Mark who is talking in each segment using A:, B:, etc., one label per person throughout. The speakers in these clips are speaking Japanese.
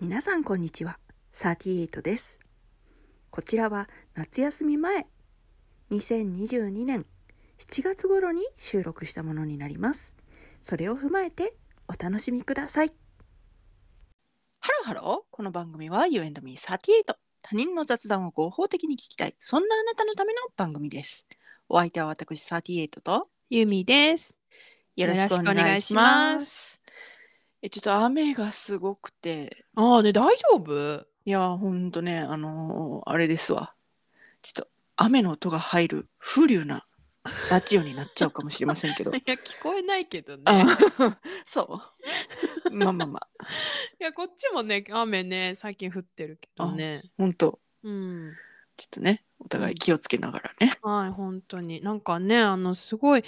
A: 皆さんこんにちは38ですこちらは夏休み前2022年7月頃に収録したものになりますそれを踏まえてお楽しみくださいハローハローこの番組は You and me38 他人の雑談を合法的に聞きたいそんなあなたのための番組ですお相手は私38と
B: ゆみです。
A: よろしくお願いしますえちょっと雨がすごくて
B: ああね大丈夫？
A: いやー、ほんとね、あのーあれですわ。ちょっと、雨の音が入る風流なラジオになっちゃうかもしれませんけど。
B: いや聞こえないけどね。
A: あー そう。まあまあまあ、
B: いやこっちもね雨ね最近降ってるけどね。
A: ほんと、
B: うん。
A: ちょっとね、お互い気をつけながらね。
B: はい本当になんかねあのすごい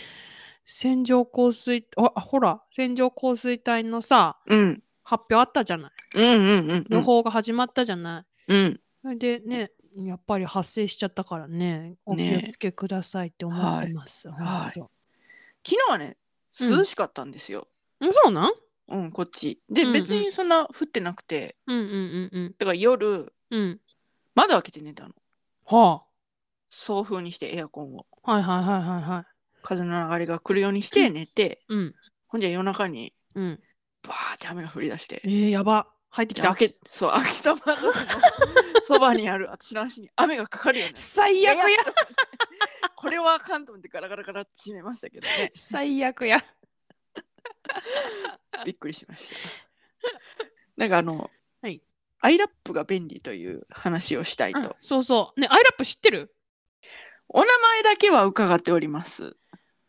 B: 線状降水あほら線状降水帯のさ
A: うん。
B: 発表あったじゃない。
A: うんうんうんう
B: 予
A: ん。
B: 報が始まったじゃない。
A: うん。
B: それでね。やっぱり発生しちゃったからね、お気
A: ね
B: をつけくださいって思ってます。
A: はい
B: 本
A: 昨日はね、涼しかったんですよ。
B: 当うんそうなん
A: うん、こっち。で、
B: うんうん
A: 別にそんな降ってなくて、
B: うんうんうん
A: だから夜、
B: うん。うん。
A: 窓開けて寝たの。
B: は
A: 送風にしてエアコンを。
B: あ。はいはいはいはいはい。
A: 風の流れが来るようにして寝て、
B: うん。
A: ほんじゃ夜中に、
B: うん。
A: バーって雨が降り出して
B: え。ー、やば。入ってきた
A: 開。けそう開けた 窓のそばにある私の足に雨がかかるよね
B: 最悪や。
A: いと思ってこれはあかんと思ってガラガラガラ閉めましたけどね
B: 最悪や。
A: びっくりしましたなんかあの、
B: はい
A: アイラップが便利という話をしたいと、
B: うんそうそう。ね、アイラップ知ってる
A: お名前だけは伺っております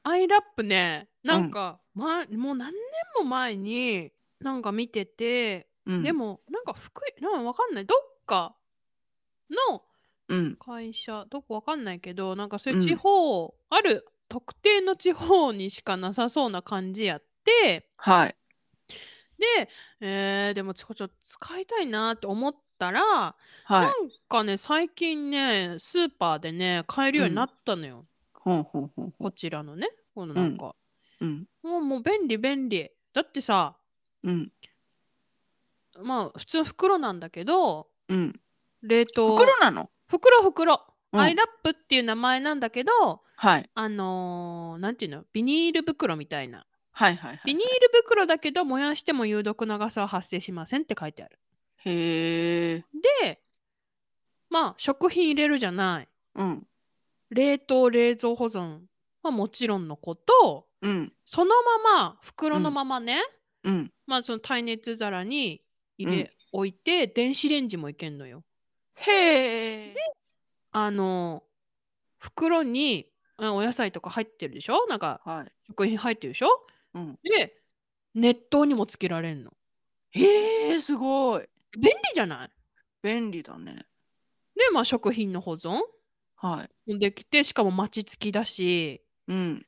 B: アイラップね、なんか、ま、もう何年も前に、なんか見てて、
A: うん
B: でも、なんか福井、なんかわかんない。どっかの
A: うん
B: 会社、どこわかんないけど、なんかそういううん地方、ある特定の地方にしかなさそうな感じやって、
A: はい
B: で、えーでもちょちょっと使いたいなって思ったら、
A: は
B: ないんかね最近ねスーパーでね買えるようになったのよ、
A: ほんほんほんほん
B: こちらのねこのなんか、
A: うん
B: もうもう便利便利だってさ
A: うん
B: まあ普通の袋なんだけど
A: うん
B: 冷凍
A: 袋なの
B: 袋袋、
A: うん
B: アイラップっていう名前なんだけど
A: はい
B: あのーなんていうのビニール袋みたいな
A: はいはいは
B: ビ
A: い
B: ニール袋だけど燃やしても有毒なガスは発生しませんって書いてある
A: へえ
B: でまあ食品入れるじゃない
A: うん
B: 冷凍冷蔵保存はもちろんのこと
A: うん
B: そのまま袋のままね、
A: うん
B: まあその耐熱皿に入れ、置いて電子レンジもいけんのよ。
A: へえ
B: あの袋にあお野菜とか入ってるでしょなんか
A: はい
B: 食品入ってるでしょ
A: うん
B: で熱湯にもつけられんの。
A: へえすごい
B: 便利じゃない
A: 便利だね
B: でまあ食品の保存
A: はい
B: もできてしかも待ちつきだし
A: うん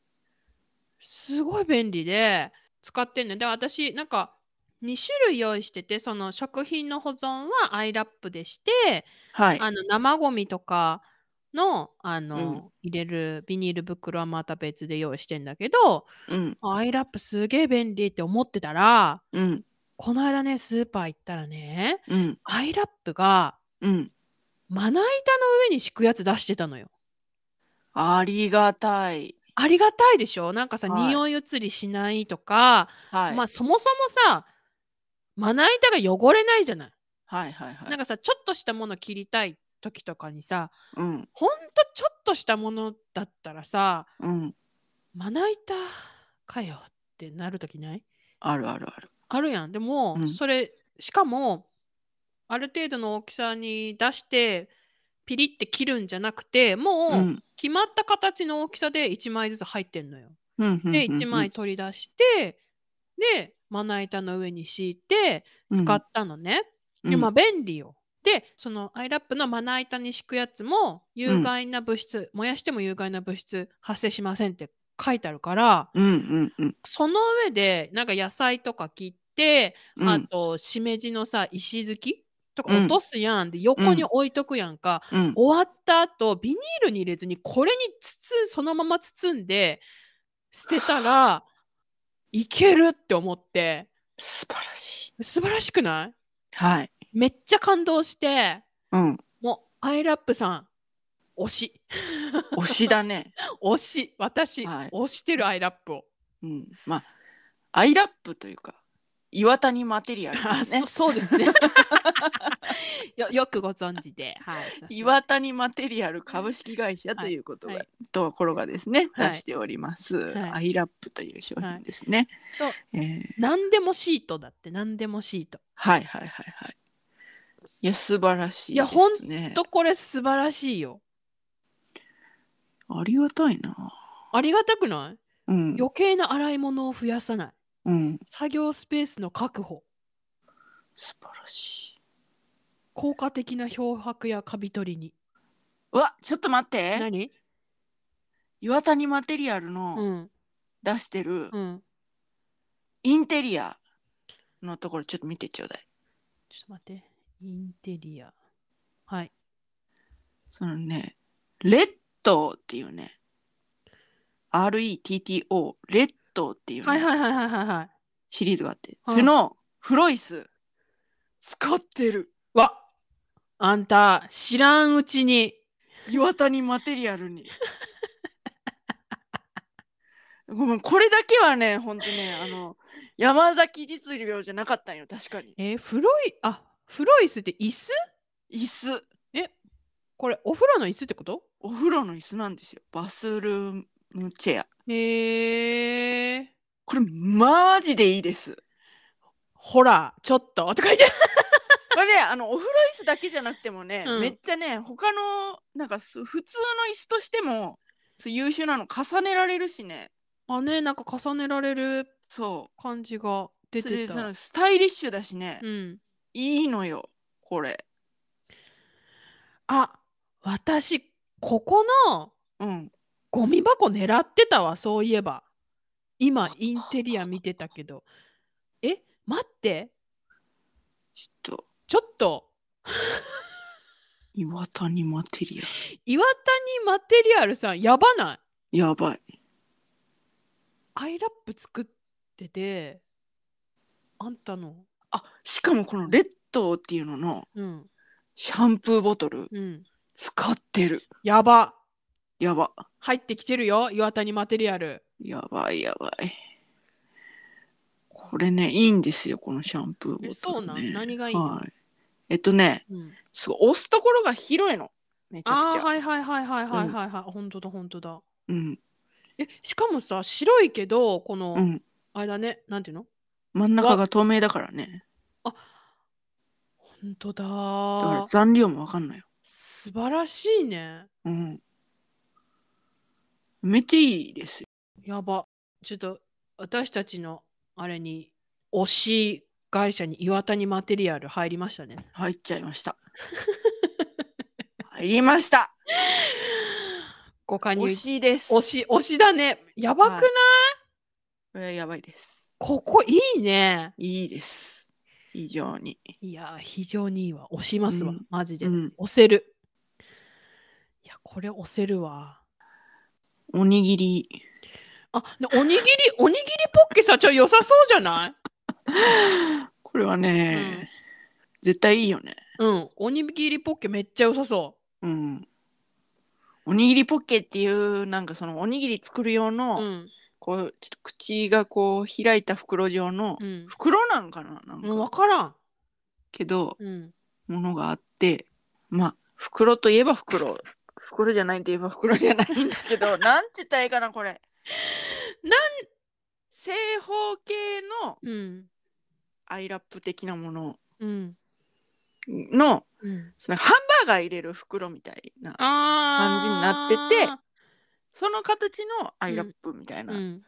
B: すごい便利で使ってんねで私なんか2種類用意しててその食品の保存はアイラップでして
A: はい
B: あの生ゴミとかのあの、
A: うん
B: 入れるビニール袋はまた別で用意してんだけど
A: うん
B: アイラップすげえ便利って思ってたら
A: うん
B: この間ねスーパー行ったらね
A: うん
B: アイラップが
A: うん
B: まな板の上に敷くやつ出してたのよ。
A: ありがたい
B: ありがたいでしょなんかさ、
A: はい
B: 匂い移りしないとか、
A: はい、
B: まあそもそもさまな板が汚れないじゃない、
A: はいはいはい
B: なんかさちょっとしたもの切りたい時とかにさ
A: うん
B: ほんとちょっとしたものだったらさ
A: うん
B: まな板かよってなる時ない
A: あるあるある
B: あるやんでも、
A: うん
B: それしかもある程度の大きさに出してピリって切るんじゃなくてもう、
A: うん
B: 決まった形の大きさで1枚ずつ入ってんのよ。
A: うんうん
B: で
A: うん
B: 1枚取り出してでまな板の上に敷いて使ったのね。
A: うん
B: でまあ
A: うん
B: 便利よ。でそのアイラップのまな板に敷くやつも有害な物質、燃やしても有害な物質発生しませんって書いてあるから
A: うんうんうん
B: その上でなんか野菜とか切って、
A: うん
B: あとしめじのさ石づきとか
A: うん
B: 落とすやんで横に置いとくやんか、
A: うん
B: 終わった後ビニールに入れずにこれに包そのまま包んで捨てた らいけるって思って
A: 素晴らしい
B: 素晴らしくない
A: はい
B: めっちゃ感動して
A: うん。
B: もうアイラップさん推し
A: 推しだね。
B: 推し私、
A: はい
B: 推してるアイラップを、
A: うん。まあ、アイラップというか、岩谷マテリアル
B: あ
A: ですね
B: そ。 そうですねよよくご存知で、はい、
A: 岩谷マテリアル株式会社ということが、
B: はい
A: ところがですね、
B: はい
A: 出しております、
B: はい
A: アイラップという商品ですね。
B: はい
A: えー
B: 何でもシートだって何でもシート
A: はいはいはいはい。いや素晴らしい
B: いや
A: ですね。
B: とこれ素晴らしいよ
A: ありがたいな。
B: ありがたくない
A: うん。
B: 余計な洗い物を増やさない
A: うん。
B: 作業スペースの確保
A: 素晴らしい。
B: 効果的な漂白やカビ取りに
A: うわちょっと待って。
B: 何
A: 岩谷マテリアル
B: う
A: の
B: ん
A: 出してる
B: うん
A: インテリアのところちょっと見てちょうだい。
B: ちょっと待ってインテリアはい
A: そのね、レッドっていうね、RETTO、レッドっていうね、
B: はいはいはいはいはいはい
A: シリーズがあって、
B: うん
A: それのフロイス、使ってる。
B: わあんた知らんうちに
A: 岩谷マテリアル に。ごめん、これだけはね、ほんとね、あの、山崎実業じゃなかったんよ、確かに。
B: えー、フロイあフロイスって椅子
A: 椅子、
B: これお風呂の椅子ってこと
A: お風呂の椅子なんですよ。バスルームチェア。
B: へえ
A: これ、マジでいいです。
B: ほらちょっととか言って
A: これね、あのお風呂椅子だけじゃなくてもね、
B: うん
A: めっちゃね他のなんかす普通の椅子としてもそう優秀なの重ねられるしね
B: あねなんか重ねられる
A: そ
B: 感じが
A: う
B: 出
A: それ
B: て
A: でそ
B: た
A: のスタイリッシュだしね、
B: うん
A: いいのよこれ
B: あ私ここの
A: うん
B: ゴミ箱狙ってたわそういえば今インテリア見てたけどえ待って
A: ちょっと
B: ちょっと
A: 岩谷マテリア
B: 岩谷マテリアルさんやばない
A: ルやばい
B: アイラップ作っててあんたの
A: あしかもこのレッドっていうのの
B: うん
A: シャンプーボトル
B: うん
A: 使ってる
B: やば
A: やば
B: 入ってきてるよ岩谷マテリアル
A: やばいやばいこれねいいんですよこのシャンプーボトル、ね、
B: えそうなん何がいいの
A: はい、えっとね
B: うん
A: すごい押すところが広いのめちゃ
B: あ
A: くち
B: ー
A: ゃ、
B: はいはいはいはいはいはいはい、ほんとだほんとだ
A: うん
B: えしかもさ白いけどこの、
A: うん
B: あれだねなんていうの
A: 真ん中が透明だからね
B: ほんとだ
A: だから
B: ー
A: 残量もわかんないよ
B: 素晴らしいね
A: うんめっちゃいいですよ
B: やばちょっと私たちのあれに推し会社に岩谷マテリアル入りまし たね
A: 入っちゃいました入りました
B: ご加入
A: 惜
B: 推し
A: しいです
B: 推しだねやばくない、
A: はいこれはやばいです
B: ここいいね
A: いいです非常に
B: いやー非常にいいわ推しますわ、
A: うん
B: マジで、
A: うん
B: 押せるいやこれ押せるわ
A: おにぎり
B: あでおにぎり おにぎりポッケさちょ良さそうじゃない
A: これはね、
B: うん
A: 絶対いいよね
B: うんおにぎりポッケめっちゃ良さそ
A: うんおにぎりポッケっていうなんかそのおにぎり作る用の、
B: ううん
A: こうちょっと口がこう開いた袋状の
B: うん
A: 袋なんかななん
B: 分
A: か
B: からん
A: けど
B: うん
A: ものがあってまあ袋といえば袋袋じゃないといえば袋じゃないんだけ どなんちったらいいかなこれ
B: なん
A: 正方形の
B: うん
A: アイラップ的なもの
B: うん
A: の
B: うん
A: そのハンバーガー入れる袋みたいな
B: あ
A: 感じになっててその形のアイラップみたいな、
B: うん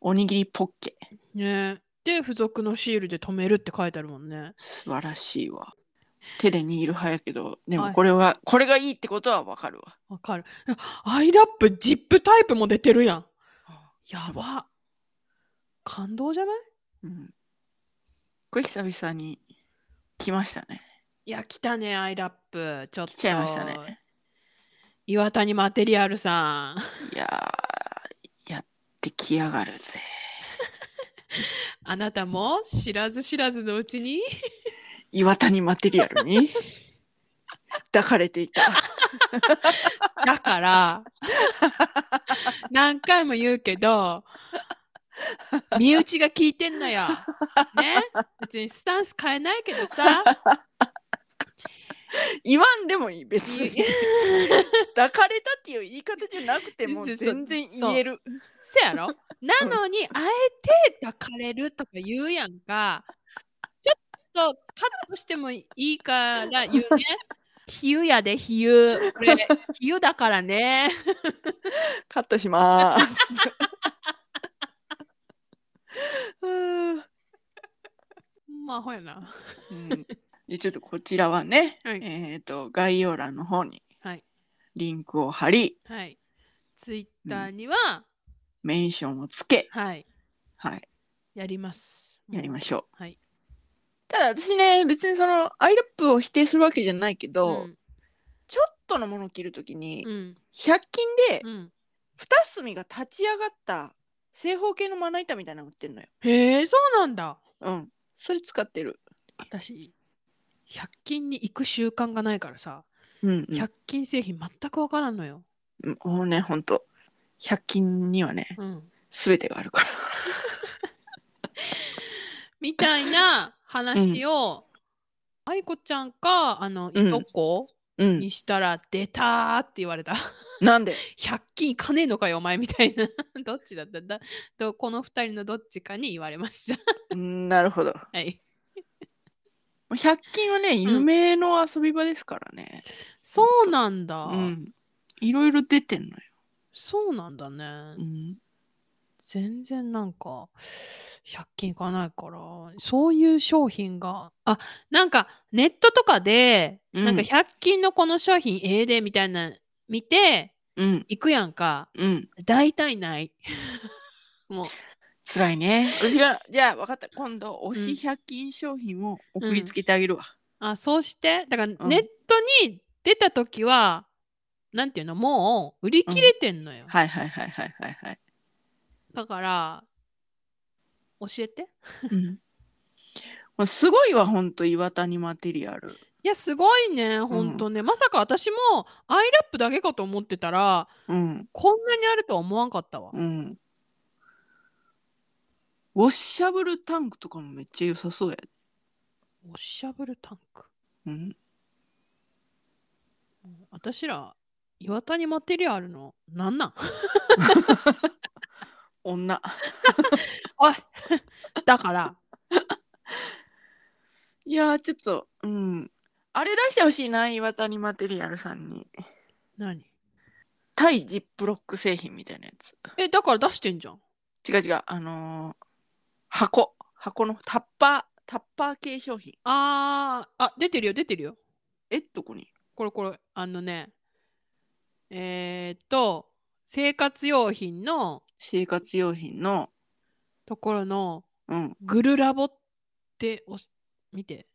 A: おにぎりポッケ
B: ねで付属のシールで止めるって書いてあるもんね
A: 素晴らしいわ手で握る派やけどで
B: は
A: も
B: い
A: これは、これがいいってことはわかるわ
B: わかるいやアイラップジップタイプも出てるやんやば感動じゃない
A: うん。これ久々に来ましたね。
B: いや来たねアイラップちょっと
A: 来ちゃいましたね。
B: 岩谷マテリアルさん
A: いやー、やってきやがるぜ。
B: あなたも知らず知らずのうちに
A: 岩谷マテリアル に抱かれていた。
B: だから何回も言うけど身内が聞いてんのよ。ね別にスタンス変えないけどさ
A: 言わんでもいい、別に。抱かれたっていう言い方じゃなくても
B: そう
A: 全然言える。
B: せやろなのにあえて抱かれるとか言うやんかちょっとカットしてもいいから言 うね。比喩やで比喩これ比喩だからね
A: カットし ます。うん
B: まあほやな
A: うんでちょっとこちらはね、
B: はい
A: えっ、と概要欄の方に
B: はい
A: リンクを貼り、
B: はいツイッターには、
A: メンションをつけ、
B: はい
A: はい、
B: やります
A: やりましょう。
B: はい
A: ただ私ね別にそのアイラップを否定するわけじゃないけど、
B: うん
A: ちょっとのものを着るときに、
B: うん
A: 100均で
B: うん
A: 二隅が立ち上がった正方形のまな板みたいなの売ってるのよ。
B: へえそうなんだ
A: うん。それ使ってる。
B: 私100均に行く習慣がないからさ
A: うん、うん
B: 100均製品全く分からんのよ、
A: うん。もうねほんと100均にはね
B: うん、
A: 全てがあるから。
B: みたいな話を、愛子ちゃんかあの
A: うん
B: いとこ
A: うん。
B: にしたら「出た!」って言われた
A: なんで
B: 「100均行かねえのかよお前」みたいな どっちだっただとこの2人のどっちかに言われました
A: うんなるほど。
B: はい
A: 100均はね夢の遊び場ですからね。
B: そうなんだ、
A: うん。いろいろ出てんのよ。
B: そうなんだね、
A: うん。
B: 全然なんか100均いかないからそういう商品があなんかネットとかで、
A: うん
B: なんか100均のこの商品ええでみたいな見て
A: うん。
B: 行くやんか
A: うん。
B: 大体ない もう
A: 辛いね。私が、じゃあ分かった。今度、推し100均商品を送りつけてあげるわ。
B: あそうしてだからネットに出た時は、なんていうのもう売り切れてんのよ、
A: はいはいはいはいはいはい。
B: だから教えて
A: うんまあ、すごいわ、ほんと、岩谷マテリアル。
B: いやすごいねほんとね、まさか私もアイラップだけかと思ってたら
A: うん、
B: こんなにあるとは思わんかったわ。
A: うん。ウォッシャブルタンクとかもめっちゃ良さそうや。
B: ウォッシャブルタンク。
A: うん。
B: 私ら、岩谷マテリアルの、なんなん
A: 女。
B: おい だから、
A: いやー、ちょっと、うん。あれ出してほしいな、岩谷マテリアルさんに。
B: 何
A: 対ジップロック製品みたいなやつ。
B: え、だから出してんじゃん。
A: 違う違う、あのー箱。箱のタッパー、タッパー系商品。
B: あー、あ、出てるよ、出てるよ。
A: え、どこに
B: これこれ、あのね、えー、っと、生活用品の
A: 生活用品の、
B: ところの、
A: うん。
B: グルラボっておし、見て。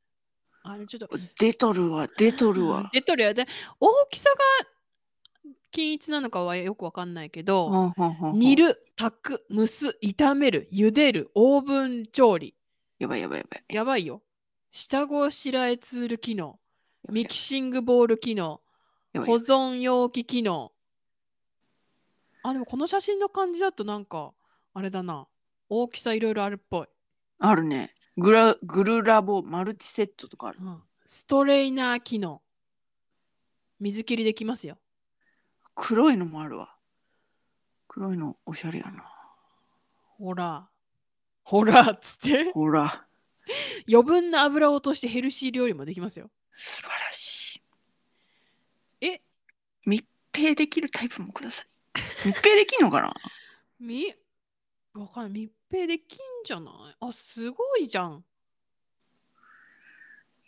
B: あれ、ちょっと、
A: 出とるわ、出とる
B: うん
A: わ。
B: 出とるよ。 で、大きさが均一なのかはよくわかんないけど、
A: ほんほんほんほん
B: 煮る、炊く、蒸す、炒める、茹でる、オーブン調理。
A: やばいやばいやばい。
B: やばいよ。下ごしらえツール機能、
A: やばい
B: ミキシングボール機能、
A: やばい
B: 保存容器機能。あ、でもこの写真の感じだとなんか、あれだな。大きさいろいろあるっぽい、
A: あるね。グラグルラボマルチセットとかある。
B: うんストレイナー機能。水切りできますよ。
A: 黒いのもあるわ。黒いのおしゃれやな。
B: ほら。ほらっつ って。
A: ほら、
B: 余分な油を落としてヘルシー料理もできますよ。
A: 素晴らしい。
B: え、
A: 密閉できるタイプもください。密閉できんのかな
B: み、わかんない。密閉できんじゃないあ、すごいじゃん。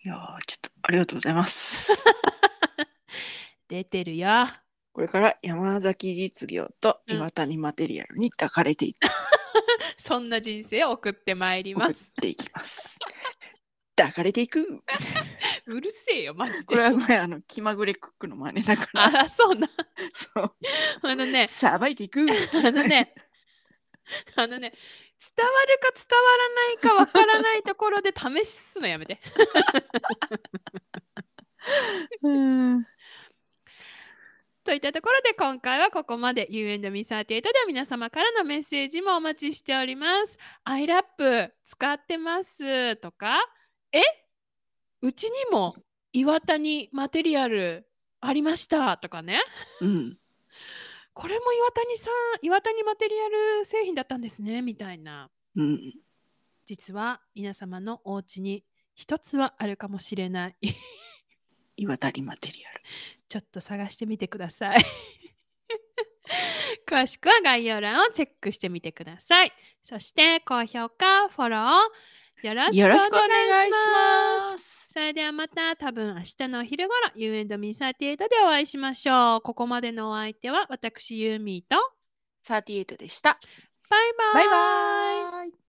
A: いやー、ちょっとありがとうございます。
B: 出てるや。
A: これから山崎実業と
B: うん
A: 岩谷マテリアルに抱かれていって
B: そんな人生を送ってまいり
A: 送
B: ま
A: っ
B: す。
A: ていきます。抱かれていく。
B: うるせえよ、マジで。
A: これはごめん、あの、気まぐれクックの真似だから。
B: あ、そうな。
A: そう。
B: あのね、
A: さばいていく。
B: あのね、あのね、伝わるか伝わらないかわからないところで試すのやめて。
A: うん
B: といったところで今回はここまで U&Me38 では皆様からのメッセージもお待ちしております。アイラップ使ってますとかえうちにも岩田にマテリアルありましたとかね
A: うん
B: これも岩谷さん岩谷マテリアル製品だったんですねみたいな
A: うん
B: 実は皆様のお家に一つはあるかもしれない
A: 岩谷マテリアル
B: ちょっと探してみてください 詳しくは概要欄をチェックしてみてくださいそして高評価フォローよろしく
A: よ
B: お
A: ろしくお
B: 願
A: 願
B: い
A: いし
B: します
A: ます
B: それではまた多分明日のお昼ごろ U&Me38 でお会いしましょうここまでのお相手は私ユーミーと
A: 38でした
B: バイバ
A: バ
B: イ
A: イバイ